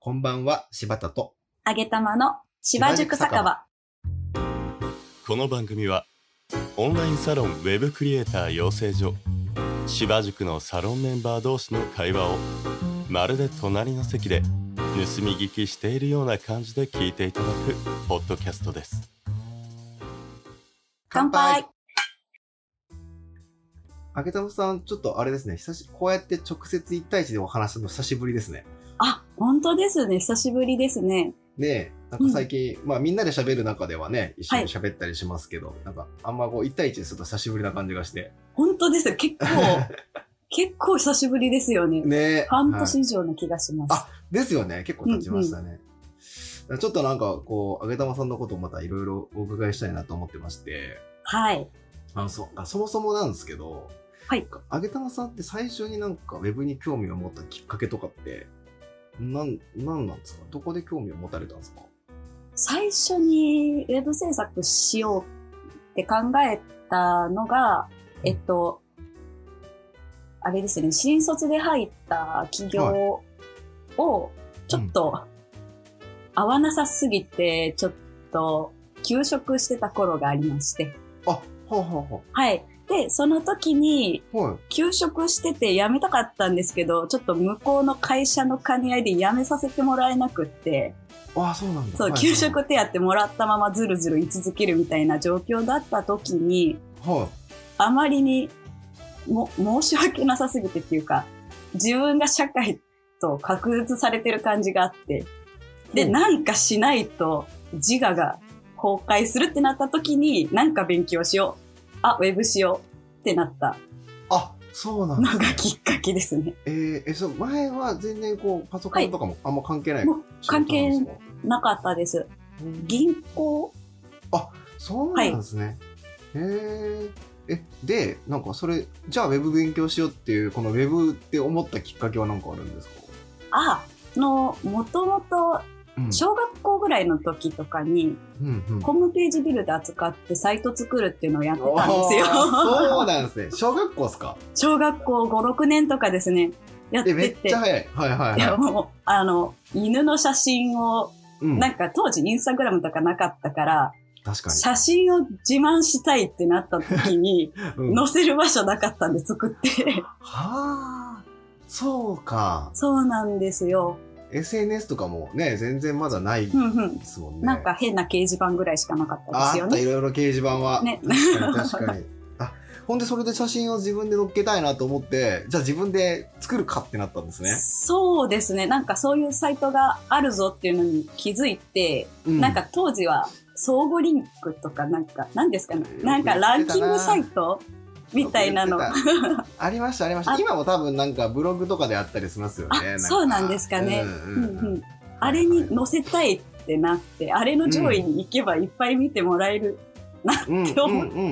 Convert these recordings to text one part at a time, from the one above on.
こんばんは、柴田と。あげたまの芝塾酒場。この番組はオンラインサロンウェブクリエイター養成所芝塾のサロンメンバー同士の会話をまるで隣の席で盗み聞きしているような感じで聞いていただくポッドキャストです乾杯あげたまさん、ちょっとあれですね、久し、こうやって直接一対一でお話すの久しぶりですね。あ、本当ですね。久しぶりですね。ねえ、なんか最近、まあみんなで喋る中ではね、一緒に喋ったりしますけど、なんかあんまこう一対一ですると久しぶりな感じがして。本当です。結 構、結構久しぶりですよね。ねえ。半はい年以上の気がします。あですよね、結構経ちましたね。ちょっとなんかこう、あげたまさんのことをまたいろいろお伺いしたいなと思ってまして、はい。あのそうあそもそもなんですけど、はい。あげたまさんって最初になんかウェブに興味を持ったきっかけとかって、なん、なんなんですかどこで興味を持たれたんですか最初にウェブ制作しようって考えたのが、えっと、あれですね、新卒で入った企業を、ちょっと、合わなさすぎて、ちょっと、休職してた頃がありまして。あ、はあ、ははい。で、その時に、あ、はあ、はい。休職してて辞めたかったんですけど、ちょっと向こうの会社の兼ね合いで辞めさせてもらえなくって、ああ、そうなんだ。そう、はい給食手当もらったままずるずる居続けるみたいな状況だった時に、はあまりにも申し訳なさすぎてっていうか、自分が社会と隔絶されてる感じがあって、い。で、ほう、なんかしないと自我が崩壊するってなった時に、なんか勉強しよう。あ、ウェブしようってなったあ、そう なんでのすがね。きっかけですね。えー、え、そう、前は全然こう、パソコンとかもあんま関係ない。もう仕事なんですかなかったです。うん銀行そうなんですね。へえ。え、で、なんかそれ、じゃあウェブ勉強しようっていう、このウェブって思ったきっかけは何かあるんですかあの、もともとうん小学校ぐらいの時とかに、うんうんホームページビルダー使ってサイト作るっていうのをやってたんですよおー。そうなんですね。小学校っすか 小学校5、6年とかですね、やってえ、て。めっちゃ早い。はいはい いやはもう、あの、犬の写真を、い。うん。な確んか当時インスタグラムとかなかったから、か写真を自慢したいってなった時に、に。うんは載せる場所なかったんで作って。あ、そうか。そうなんですよ。 SNS とかもね、全然まだないうんでうん。すもんね。なんか変な掲示板ぐらいしかなかったであすあよった、ね。いろいろ掲示板は。ね 確かに確かに。あ、ほんでそれで写真を自分で載っけたいなと思って、じゃあ自分で作るかってなったんですね。そうですね。なんかそういうサイトがあるぞっていうのに気づいて、うんなんか当時は相互リンクとかなんか、何ですかね。よくなんかランキングサイトみたいなの。よく言ってたありましたありましたあ今も多分なんかブログとかであったりしますよねあかそうなんですかねうんううんんううんんあれに載せたいってなって、あれの上位に行けばいっぱい見てもらえる。うんって思ってうんう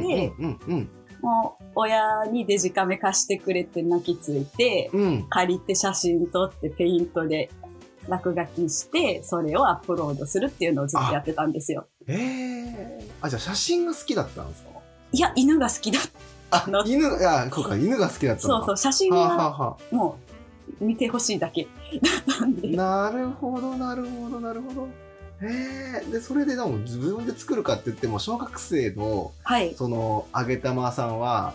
んうんもう親にデジカメ貸してくれて泣きついて、うんうん借りて写真撮ってペイントで落書きして、それをアップロードするっていうのをずっとやってたんですよ。ええあじゃあ写真が好きだったんですかいや、犬が好きだったの。犬あそうか犬が好きだったそのうかそう、写真はあ、ははあはあもう見てほしいだけだったんで。なるほどなるほどなるほどええでそれででも自分で作るかって言っても小学生のはい。そのあげたまさんは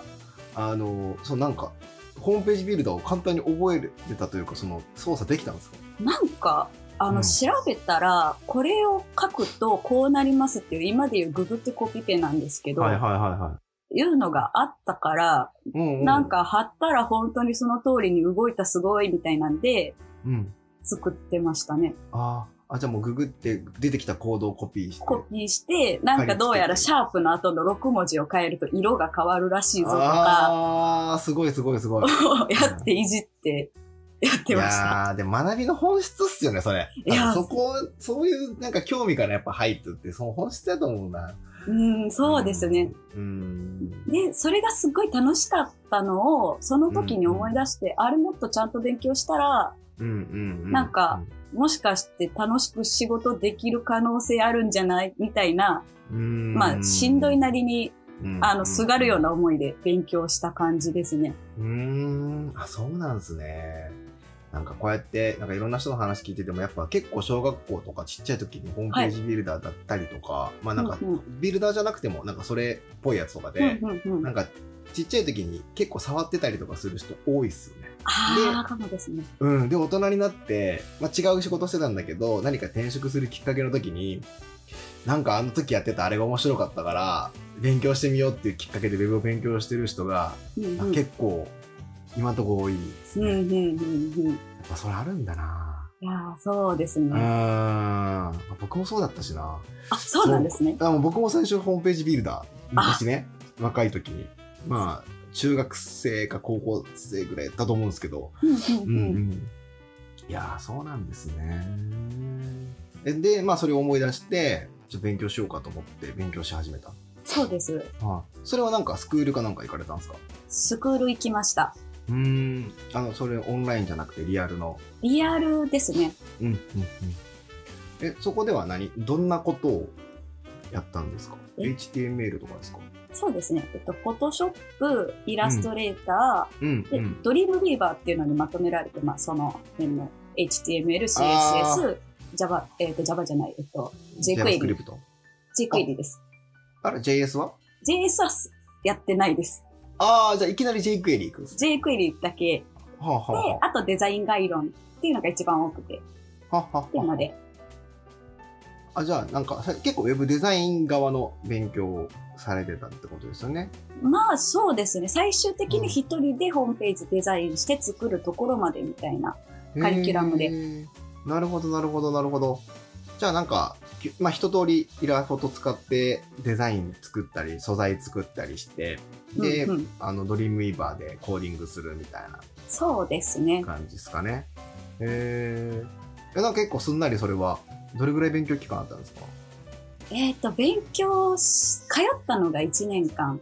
あのそうなんかホームページビルダーを簡単に覚えれたというかその操作できたんですかなんか、あうの、ん調べたら、これを書くとこうなりますっていう、今でいうググってコピペなんですけど、はいはいはいうのがあったから、い。うんうなん、か貼ったら本当にその通りに動いたすごいみたいなんで、うん、作ってましたね。あーあ、じゃあもうググって出てきた行動をコピーして。コピーして、なんかどうやらシャープの後の6文字を変えると色が変わるらしいぞとか、ああ、すごいすごいすごい。やっていじって、やっいてました。やーでも学びの本質っすよね、それ。いやー多分そこ、そういうなんか興味からやっぱ入ってって、その本質だと思うな。うん、そうですね。。うん。で、それがすっごい楽しかったのを、その時に思い出して、あれもっとちゃんと勉強したら、うんうんうなんか、もしかして楽しく仕事できる可能性あるんじゃないみたいな、うんまあ、しんどいな、りに、うんあの、すがるよう。な思いで勉強した感じですね。うん。あ、そうなんですね。なんかこうやってなんかいろんな人の話聞いててもやっぱ結構小学校とかちっちゃい時にホームページビルダーだったりとか、まあなんかうんうんビルダーじゃなくてもなんかそれっぽいやつとかで、うんうんうんなんかちっちゃい時に結構触ってたりとかする人多いっすよね。ああ、かもですね。うん、で大人になって、まあ、違う仕事してたんだけど何か転職するきっかけの時になんかあの時やってたあれが面白かったから勉強してみようっていうきっかけでウェブを勉強してる人が、うんうまあん結構今んとこ多いですうんね。やっうんうんうん。いぱそれあるんだなやーそうですうーんね。まあ僕もそうだったしなあ、そうなんですね。あもう僕も最初ホームページビルダー昔ね若い時にまあ中学生か高校生ぐらいだったと思うんですけどうんううんうんうん。んいやーそうなんですねえでまあそれを思い出してちょっと勉強しようかと思って勉強し始めた、そうです。それはなんかスクールかなんか行かれたんですかスクール行きました。うーんあのそれオンラインじゃなくてリアルのリアルですね。うんうんうんえそこでは何どんなことをやったんですかえ HTML とかですかそうですね。えっと、フォトショップ、イラストレータうんー、で、ドリームビーバーっていうのにまとめられて、まあ、その辺の HTML、CSS、Java、えっと、Java じゃない、えっと、JQuery。 JavaScript。 JQuery です。あれ ?JS は JS はやってないです。ああ、じゃあいきなり JQuery 行くんです。 JQuery だけはあ、はあで、はあとデザイン概論っていうのが一番多くて、っあ、はあはていうあので、あじゃあなんかさ結構ウェブデザイン側の勉強をされてたってことですよね。まあそうですね、最終的に一人でホームページデザインして作るところまでみたいな。カリキュラムでへー。なるほどなるほどなるほど。じゃあなんか、きまあ、一通りイラスト使ってデザイン作ったり素材作ったりしてで、うんうん、あのドリームイーバーでコーディングするみたいなそうですね。感じですかね。へえ。なんか結構すんなりそれはどれぐらい勉強期間あったんですかえっ、と、勉強し、通ったのが1年間。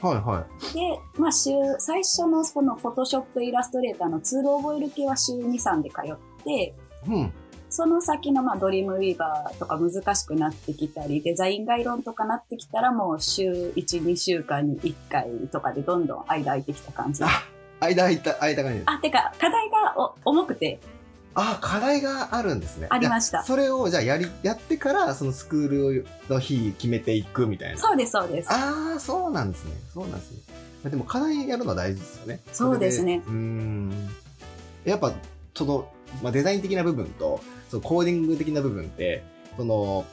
はいはで、まあ週、最初のこのフォトショップイラストレーターのツールを覚える系は週2、3で通って、い。うん。その先の、まあ、ドリームウィーバーとか難しくなってきたり、デザイン概論とかなってきたら、もう週1、2週間に1回とかでどんどん間空いてきた感じ。あ間空いた、空いた感じです。あ、てか、課題がお重くてあ、課題があるんですね。ありましたじゃあそれを、じゃあ、やり、やってから、そのスクールの日決めていくみたいな。そうです、そうです。ああ、そうなんですね。そうなんですね。まあでも、課題やるのは大事ですよね。そうですねそれうーん。やっぱ、その、まあ、デザイン的な部分と、そのコーディング的な部分って、その、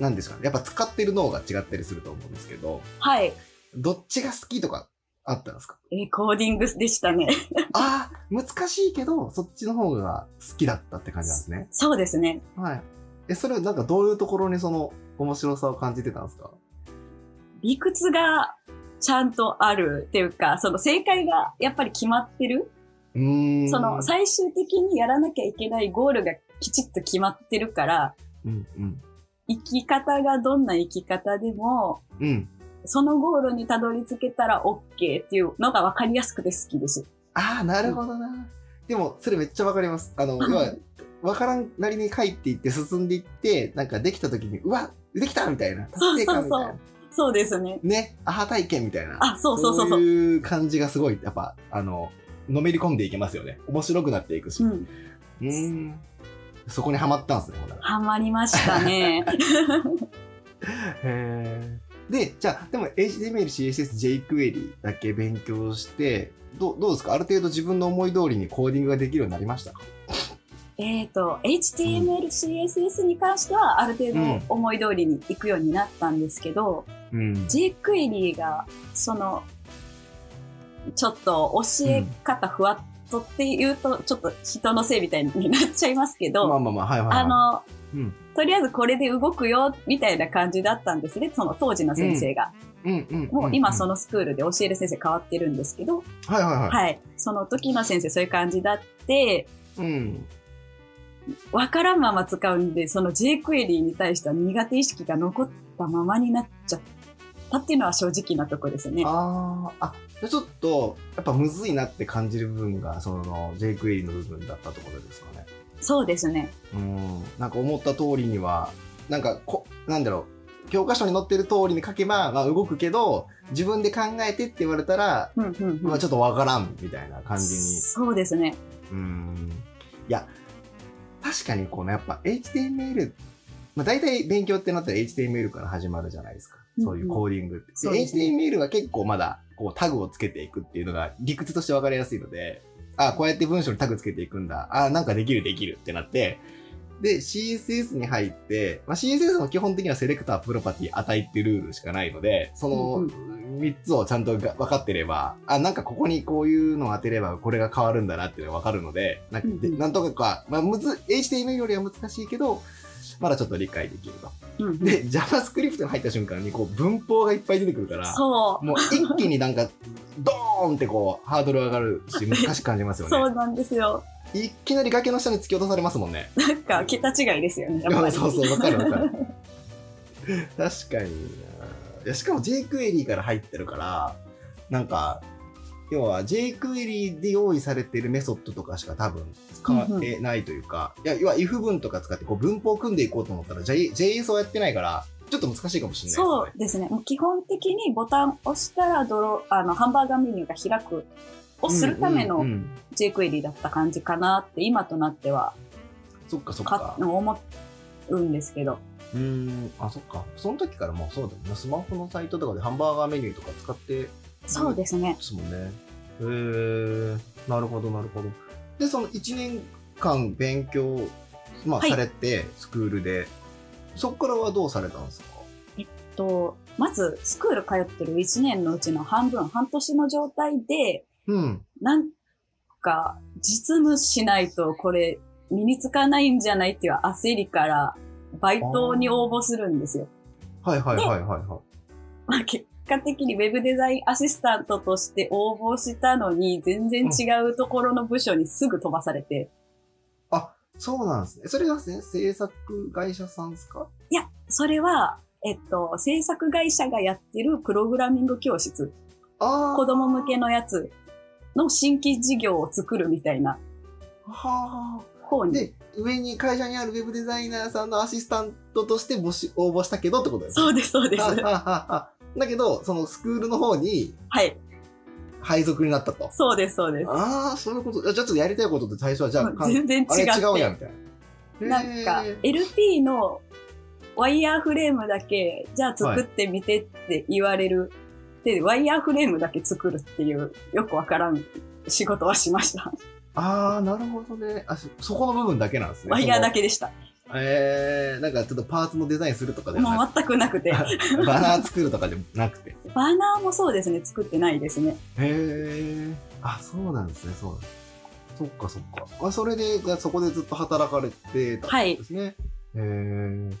なんですかね。やっぱ使ってる脳が違ったりすると思うんですけど、はい。どっちが好きとかあったんですかえーコーディングでしたね。 ああ、難しいけど、そっちの方が好きだったって感じなんですね。そうですね。はい。え、それはなんかどういうところにその面白さを感じてたんですか理屈がちゃんとあるっていうか、その正解がやっぱり決まってる。うーん。その最終的にやらなきゃいけないゴールがきちっと決まってるから、うんうん。生き方がどんな生き方でも、うん。そのゴールにたどり着けたら OK っていうのが分かりやすくて好きです。ああ、なるほどな。でも、それめっちゃわかります。あの、はい要は、わからんなりに書いていって進んでいって、なんかできた時に、うわできたみたいな。そうそうそ達成う感みたいな。そうですね。ね。アハ体験みたいな。あそうそうそうそういう感じがすごい、やっぱ、あの、のめり込んでいけますよね。面白くなっていくし。うう。んーん。そこにはまったんですね、ほんならハマりました ね。へえ。で、じゃあ、でも HTML、CSS、JQuery だけ勉強して、どうどうですかある程度自分の思い通りにコーディングができるようになりましたかえっと、HTML、CSS に関してはあるう程ん度思い通りに行くようになったんですけど、うん。 JQuery が、その、ちょっと教え方ふわっとっていうと、ちょっと人のせいみたいになっちゃいますけまど、あまあまあ、はいはい、はい。あ、の、うん。とりあえずこれで動くよ、みたいな感じだったんですね、その当時の先生が。うんうん。もう今その。のスクールで教える先生変わってるんですけど、はいはいはい。はい。その時の先生そういう感じだって、うん。わからんまま使うんで、その J クエリーに対しては苦手意識が残ったままになっちゃったっていうのは正直なとこですね。ああ、あ、じゃあちょっと、やっぱむずいなって感じる部分が、その JQuery の部分だったってことですかね。そうですね。うん。なんか思った通りには、なんかこ、なんだろう。教科書に載ってる通りに書けば、まあ動くけど、自分で考えてって言われたら、うんうんうん。まあちょっとわからんみたいな感じにそうですね。うんいや確かにこのやっぱ HTML、まあ、大体勉強ってなったら HTML から始まるじゃないですかそういうコーディングって、うんうんそうですね HTML は結構まだこうタグをつけていくっていうのが理屈として分かりやすいのであこうやって文章にタグつけていくんだあなんかできるできるってなってで CSS に入って、まあ、CSS の基本的にはセレクタープロパティ値ってルールしかないのでその、うんう3つをちゃんとが分かってれば、あ、なんかここにこういうのを当てればこれが変わるんだなっていうのが分かるので、なんかうんうんでなんとかか、まあ、むず、HTML よりは難しいけど、まだちょっと理解できると。うんうんで、JavaScript に入った瞬間にこう文法がいっぱい出てくるから、そもう一気になんか、ドーンってこう、ハードル上がるし、難しく感じますう、よ そうね。なんですよ。いきなり崖の下に突き落とされますもんね。なんか、桁違いですよね、やっぱり。そうそう、わかるわかる。 確かにないや。しかも J クエリーから入ってるから、なんか、要は J クエリーで用意されてるメソッドとかしか多分使うんえないというか、いや、要は if 文とか使ってこう文法を組んでいこうと思ったら J- JS をやってないから、ちょっと難しいかもしれないそうですね。ですね。もう基本的にボタン押したらドロ、あの、ハンバーガーメニューが開くをするためうんうのんうん JQuery だった感じかなって、今となっては、そっかそっかか、。思うんですけど。うーん、あ、そっか。その時からもうそうだよね。スマホのサイトとかでハンバーガーメニューとか使ってそうですね。ですもんね。へえなるほど、なるほど。で、その1年間勉強、まあ、はいされて、スクールで、そこからはどうされたんですかと、まず、スクール通ってる1年のうちの半分、半年の状態で、うん。なんか、実務しないとこれ、身につかないんじゃないっていう焦りから、バイトに応募するんですよ。はいはいはいはいはまあ、結果的にウェブデザインアシスタントとして応募したのに、全然違うところの部署にすぐ飛ばされて、い。そうなんですね。それがね、制作会社さんですかいや、それは、えっと、制作会社がやってるプログラミング教室、ああ。子供向けのやつの新規事業を作るみたいなは方あ。に。で、上に会社にあるウェブデザイナーさんのアシスタントとして募集応募したけどってことですそうです、そうです。はあはあはあだけど、そのスクールの方にはい。配属になったと。そうです、そうです。ああ、そういうこと。じゃあちょっとやりたいことって最初はじゃあ、もう全然違っあれて。違うやんみたいな。なんかへー、 LP のワイヤーフレームだけ、じゃあ作ってみてって言われる。で、ワイヤーフレームだけ作るっていう、よくわからん仕事はし ました。ああ、なるほどね。あそそこの部分だけなんですね。ワイヤーだけ。け でした。えー、なんかちょっとパーツのデザインするとかではもなう全く なくて。くて、バナー作るとかでもなくて。へバナーもそうですね、作ってないですね。え。あ、そうなんですね、そうなんですね。そっかそっか。あそれで、じゃあそこでずっと働かれてたんはい。いですね。へー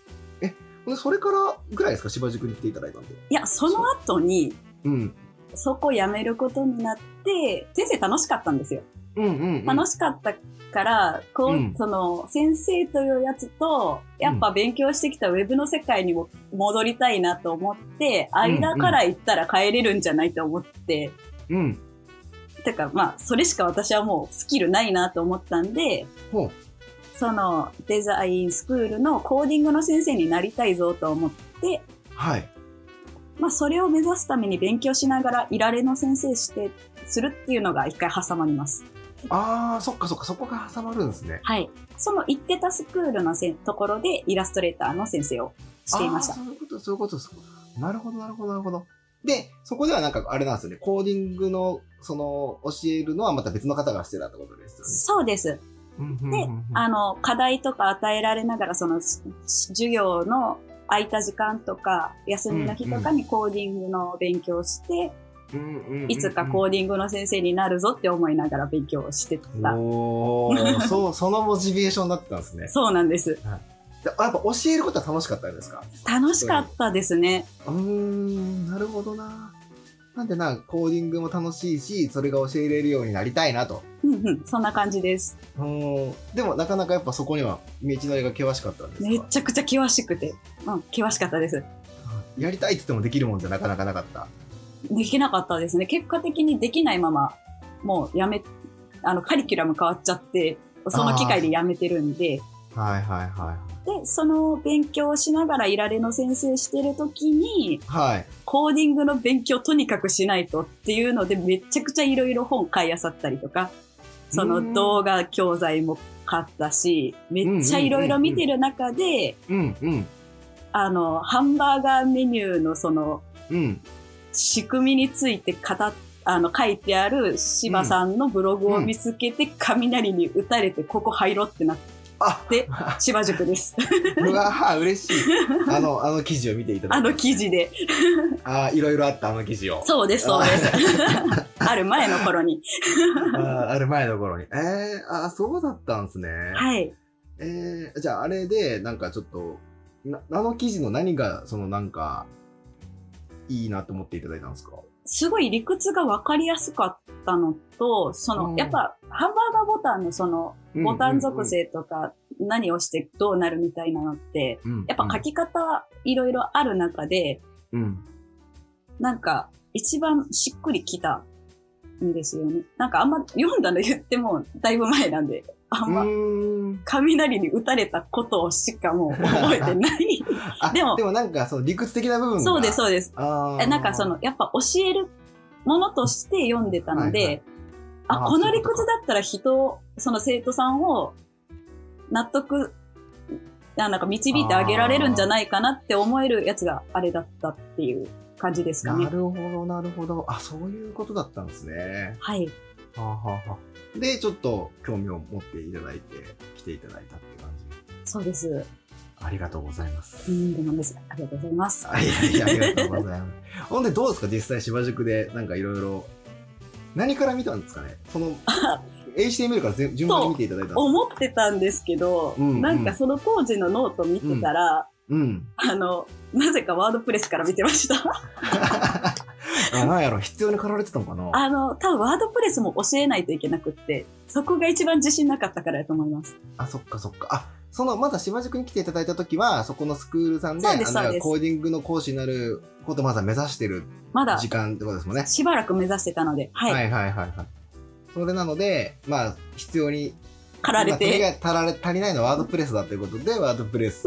え。でそれからぐらいですか芝塾に来ていただいたんで。や、その後に、うん。そこ辞めることになって、先生楽しかったんですよ。うんうん、うん。楽しかったから、こう、うんその、先生というやつと、やっぱ勉強してきたウェブの世界にも戻りたいなと思って、間から行ったら帰れるんじゃないと思って、うん。てかまあ、それしか私はもうスキルないなと思ったんで、ほう。その、デザインスクールのコーディングの先生になりたいぞと思って、はい。まあ、それを目指すために勉強しながら、いられの先生して、するっていうのが一回挟まります。ああ、そっかそっか、そこが挟まるんですね。はい。その行ってたスクールのせところでイラストレーターの先生をしていましあたー。そういうこと、そういうことです。なるほど、なるほど、なるほど。で、そこではなんか、あれなんですよね。コーディングの、その、教えるのはまた別の方がしてたってことですそうです。よね。うんうんでうんうんあの、課題とか与えられながら、その、し授業の空いた時間とか、休みの日とかにコーディングの勉強をして、うんうんうんうんいつかコーディングの先生になるぞって思いながら勉強をしてた。おー、 そう、そのモチベーションだったんですね。そうなんです。でやっぱ教えることは楽しかったんですか楽しかったですね。うーん、なるほどな。なんでな、コーディングも楽しいし、それが教えれるようになりたいなと。うんうん。そんな感じです。うん。でも、なかなかやっぱそこには道のりが険しかったんですかめちゃくちゃ険しくて。うん、険しかったです。やりたいって言ってもできるもんじゃなかなかなかった。できなかったですね。結果的にできないまま、もうやめ、あの、カリキュラム変わっちゃって、その機会でやめてるんで、はいはいはで、その勉強をしながらいられの先生してる時に、い。はい。コーディングの勉強とにかくしないとっていうので、めちゃくちゃいろいろ本買い漁ったりとか、その動画教材も買ったし、めっちゃいろいろ見てる中で、うんうんあの、ハンバーガーメニューのそのうん仕組みについて語っあの、書いてある芝さんのブログを見つけて、雷に打たれて、ここ入ろってなっあて、 芝塾です。うわー嬉し いあのあの記事を見ていただあいての記事で。あーいろいろあったあの記事をそうです、そう です。ある前の頃に。あーある前の頃にえー、あーそうだったんですねはい。えー、じゃああれでなんかちょっとなあの記事の何がそのなんかいいなと思っていただいたんですかすごい理屈が分かりやすかったのと、その、うんやっぱ、ハンバーガーボタンのその、ボタン属性とか、何をしてどうなるみたいなのって、やっぱ書きき方いろいろある中で、うんなんか、一番しっくりきたんですよね。なんかあんま読んだの言っても、だいぶ前なんで、あんうまーん雷に打たれたことをしかもう覚えて ない。あでもでもなんかその理屈的な部分がそうです、うそうです。あーえなんかその、やっぱ教えるものとして読んでたので、はいはいあ、あーこの理屈だったら人を、その生徒さんを納得、あなんか導いてあげられるんじゃないかなって思えるやつがあれだったっていう感じですかなね。るほどなるほどあそういうことだったんですねはい。はあ、はあはあ、でちょっと興味を持っていただいて来ていただいたって感じそうです。ありがとうございますうん、でもです。ありがとうございます。あいやいや、ありがとうございます。ほんで、どうですか実際、芝塾で、なんかいろいろ。何から見たんですかねそ の、HTML から全順番に見ていただいたんですか思ってたんですけど、うんうんなんかその当時のノート見てたら、うん。あの、なぜかワードプレスから見てま した。あ、なんやろ、必要に駆られてたのかなあの、多分ワードプレスも教えないといけなくって、そこが一番自信なかったからだと思います。あ、そっかそっか。あ、その、まだ芝塾に来ていただいた時は、そこのスクールさんで、そうですあのそうですコーディングの講師になることをまずは目指してるまだ時間ってことですもんね。しばらく目指してたので、はい。はいはいはいはい。それなので、まあ、必要に駆られまあ手て、が足られ足りないのはワードプレスだということで、ワードプレス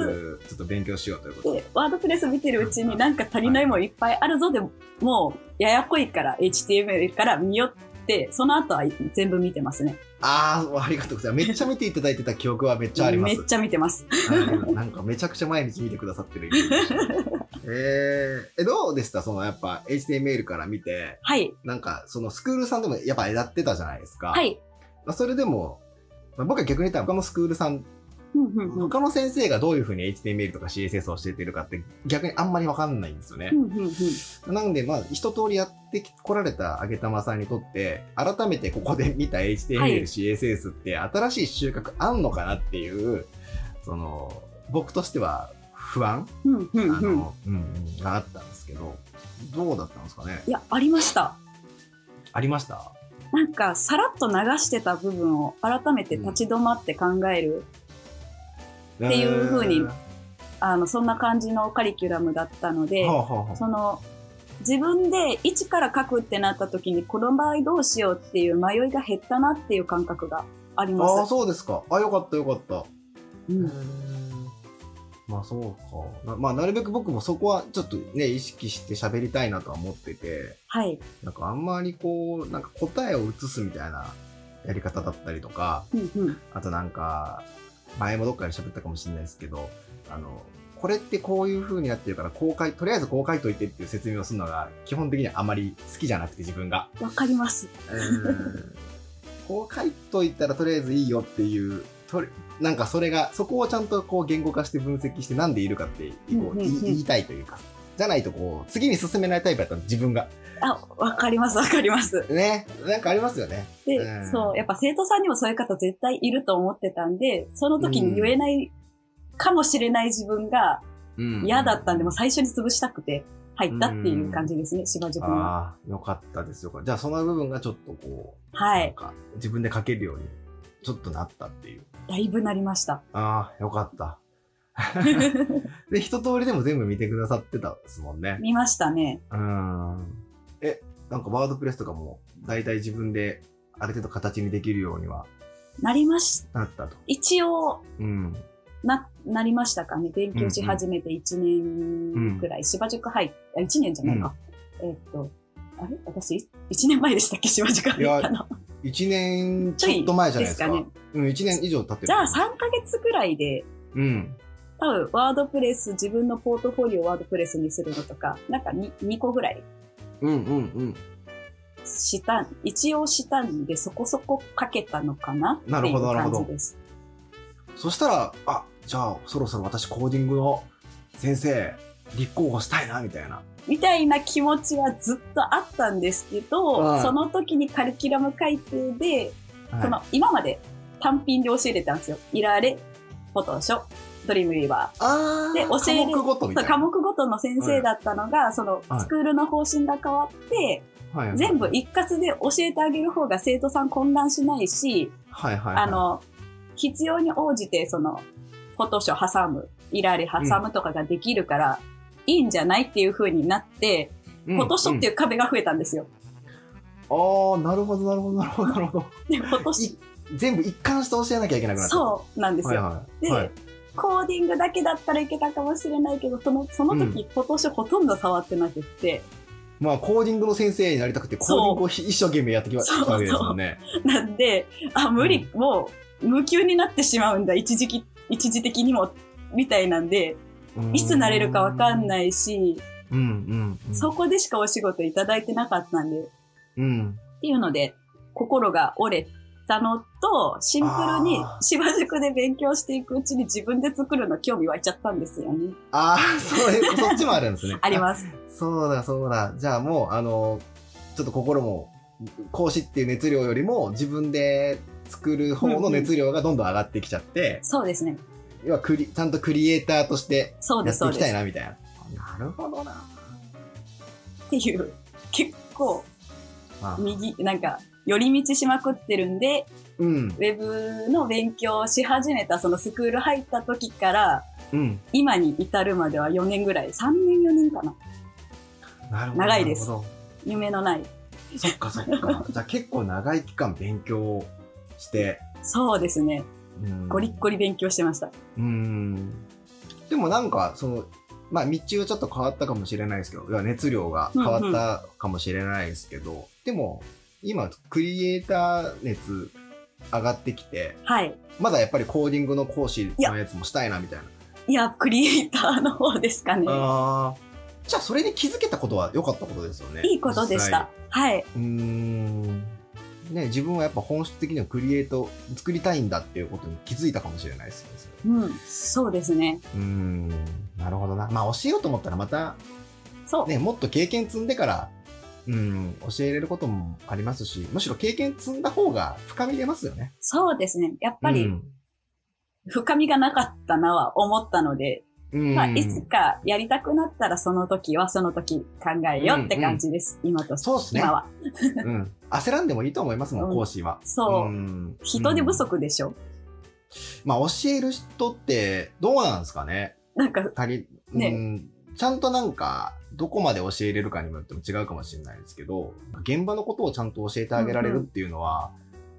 ちょっと勉強しようということで。でワードプレス見てるうちになんか足りないもんいっぱいあるぞでも、もうややこいから HTML から見よって、その後は全部見てますね。ああ、ありがとうございます。めっちゃ見ていただいてた記憶はめっちゃあります。めっちゃ見てます。はいなんかめちゃくちゃ毎日見てくださってるイメージ でした。えー、え、どうでしたそのやっぱ HTML から見て、はい。なんかそのスクールさんでもやっぱやってたじゃないですか。はい。まあ、それでも、まあ、僕は逆に言ったら他のスクールさん、うんうんうん他の先生がどういうふうに HTML とか CSS を教えてるかって逆にあんまりわかんないんですよねう。んうんうんなので、まあ、一通りやってこられたあげたまさんにとって、改めてここで見た HTML、はい CSS って新しい収穫あんのかなっていう、その、僕としては不安、うんうあんうん。の、うんうんがあったんですけど、どうだったんですかねいや、ありました。ありましたなんか、さらっと流してた部分を改めて立ち止まって考える、っていうふうにはあの、そんな感じのカリキュラムだったのあで、はあはその、自分で一から書くってなった時に、この場合どうしようっていう迷いが減ったなっていう感覚がありあ。あまあ、す。そうですか。あ、よかったよかった。うんまあそうか。なまあなるべく僕もそこはちょっとね、意識して喋りたいなとは思ってて、はい。なんかあんまりこう、なんか答えを移すみたいなやり方だったりとか、うんうん。あとなんか、前もどっかで喋ったかもしれないですけど、あの、これってこういう風になってるから、公開、とりあえず公開といてっていう説明をするのが、基本的にはあまり好きじゃなくて自分が。わかります。こう書いといたらとりあえずいいよっていう、とりなんかそれが、そこをちゃんとこう言語化して分析してなんでいるかってこううんうんうんい言いたいというか、じゃないとこう、次に進めないタイプだったんです、自分が。あ、わかります、わかります。ね、なんかありますよね。で、うんそう、やっぱ生徒さんにもそういう方絶対いると思ってたんで、その時に言えないかもしれない自分が嫌だったんで、もう最初に潰したくて入ったっていう感じですね、芝塾の。ああ、よかったですよ。じゃあその部分がちょっとこう、はなんい。か自分で書けるように、ちょっとなったっていう。だいぶなり ました。ああ、よかった。で、一通りでも全部見てくださってたんですもんね。見ましたね。うーん。え、なんかワードプレスとかも、だいたい自分で、ある程度形にできるようにはなりまし、なったと。一応、うん。な、なりましたかね。勉強し始めて1年くらい。芝塾入っ、あ、1年じゃないか。えっと、あれ私、1年前でしたっけ芝塾入ったの。 1年ちょっと前じゃないですか。ちょいですうん、1年以上経ってる。じゃあ3ヶ月くらいで、うん。多分ワードプレス、自分のポートフォリオをワードプレスにするのとか、なんか 2, 2個ぐらいうんうんうん。したん、一応したんでそこそこかけたのかなってなるいほうどなる感ほどじです。そしたら、あ、じゃあそろそろ私コーディングの先生、立候補したいな、みたいな。みたいな気持ちはずっとあったんですけど、はいその時にカリキュラム改定で、はいその今まで単品で教えれたんですよ。いられ、フォトショ、ドリームリーバー。あー、で教える科目ごとみたそうい科な。目ごとの先生だったのが、そのはいスクールの方針が変わって、はい全部一括で教えてあげる方が生徒さん混乱しないし、はいはい、はい。あ、の、必要に応じてその、フォトショ挟む、イラリ挟むとかができるから、いいんじゃないっていう風になって、うん、フォトショっていいう壁が増えたんですよ。うん。あー、なるほどなるほどなるほどなるほど。で、フォトシ全部一貫して教えなきゃいけなくなった。そうなんですよ。はいはい。で、はい、コーディングだけだったらいけたかもしれないけど、その、その時、フォトショほとんど触ってなくって、 まあ、コーディングの先生になりたくて、コーデそうィングをひ一生懸命やってきまそうそうたわけですもんね。なんで、あ、無理、もう、無給になってしまうんだ、一時期、一時的にも、みたいなんで、いつなれるかわかんい。ないし、うんうん、うん。そこでしかお仕事いただいてなかったんで、っうん。ていうので、心が折れたのと、シンプルにあー芝塾で勉強していくうちに自分で作るの興味湧いちゃったんですよね。ああ、それ、そっちもあるんですね 。あります。そうだ、そうだ。じゃあもう、あの、ちょっと心も、講師っていう熱量よりも、自分で作る方の熱量がどんどん上がってきちゃって、そうですね。要はクリ、ちゃんとクリエイターとしてそうでやす、っていうそきでたいす。な、みたいな。なるほどな。っていう、結構、まあ、右、なんか、寄り道しまくってるんで、うんウ、ェブの勉強をし始めた、そのスクール入った時から、うん。今に至るまでは4年ぐらい、3年4年かな。なるほど。長いですなるほど夢のない。そっかそっか。じゃあ結構長い期間勉強して、そうですね。うんゴリッゴリ勉強してました。うん。でもなんか、その、まあ、道はちょっと変わったかもしれないですけど、要は熱量が変わったかもしれないですけど、でも、今、クリエイター熱上がってきて、はい。まだやっぱりコーディングの講師のやつもしたいな、みたいな。いや、クリエイターの方ですかね。ああ。じゃあ、それに気づけたことは良かったことですよね。いいことでした。はい。実際。うーん。ね、自分はやっぱ本質的にはクリエイト作りたいんだっていうことに気づいたかもしれないですよね。それうん。そうですね。うーんなるほどな。まあ教えようと思ったらまた、そう。ね、もっと経験積んでから、うん、教えれることもありますし、むしろ経験積んだ方が深み出ますよね。そうですね。やっぱうり、ん深みがなかったなは思ったので、うんまあ、いつかやりたくなったらその時はその時考えようって感じです。今としそうですね今。は。うん。焦らんでもいいと思いますもうんん、講師は。そううん人手う不ん足でしょ、まあ教える人ってどうなんですかねなんか、足り、ねうんちゃんとなんか、どこまで教えれるかにもよっても違うかもしれないですけど、現場のことをちゃんと教えてあげられるっていうのは、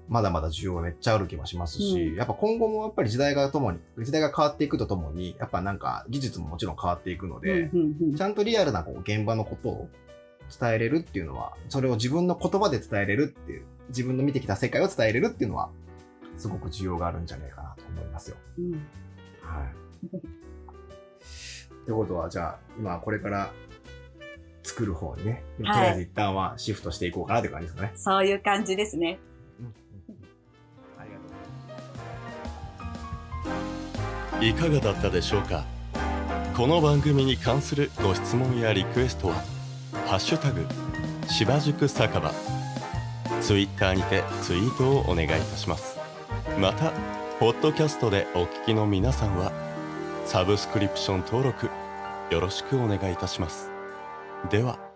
まだまだ需要はめっちゃある気もしますし、うんやっぱ今後もやっぱり時代がともに、時代が変わっていくとともに、やっぱなんか技術ももちろん変わっていくので、うんうんうんちゃんとリアルなこう現場のことを伝えれるっていうのは、それを自分の言葉で伝えれるっていう、自分の見てきた世界を伝えれるっていうのは、すごく需要があるんじゃないかなと思いますよ。うんはい。ってことは、じゃあ、今これから作る方にね、とりはいあえず一旦はシフトしていこうかなって感じですかね。そういう感じですね。ありがとうございます。いかがだったでしょうかこの番組に関するご質問やリクエストは「ハッシュタグ芝塾酒場」ツイッターにてツイートをお願いいたしますまたポッドキャストでお聞きの皆さんはサブスクリプション登録よろしくお願いいたしますでは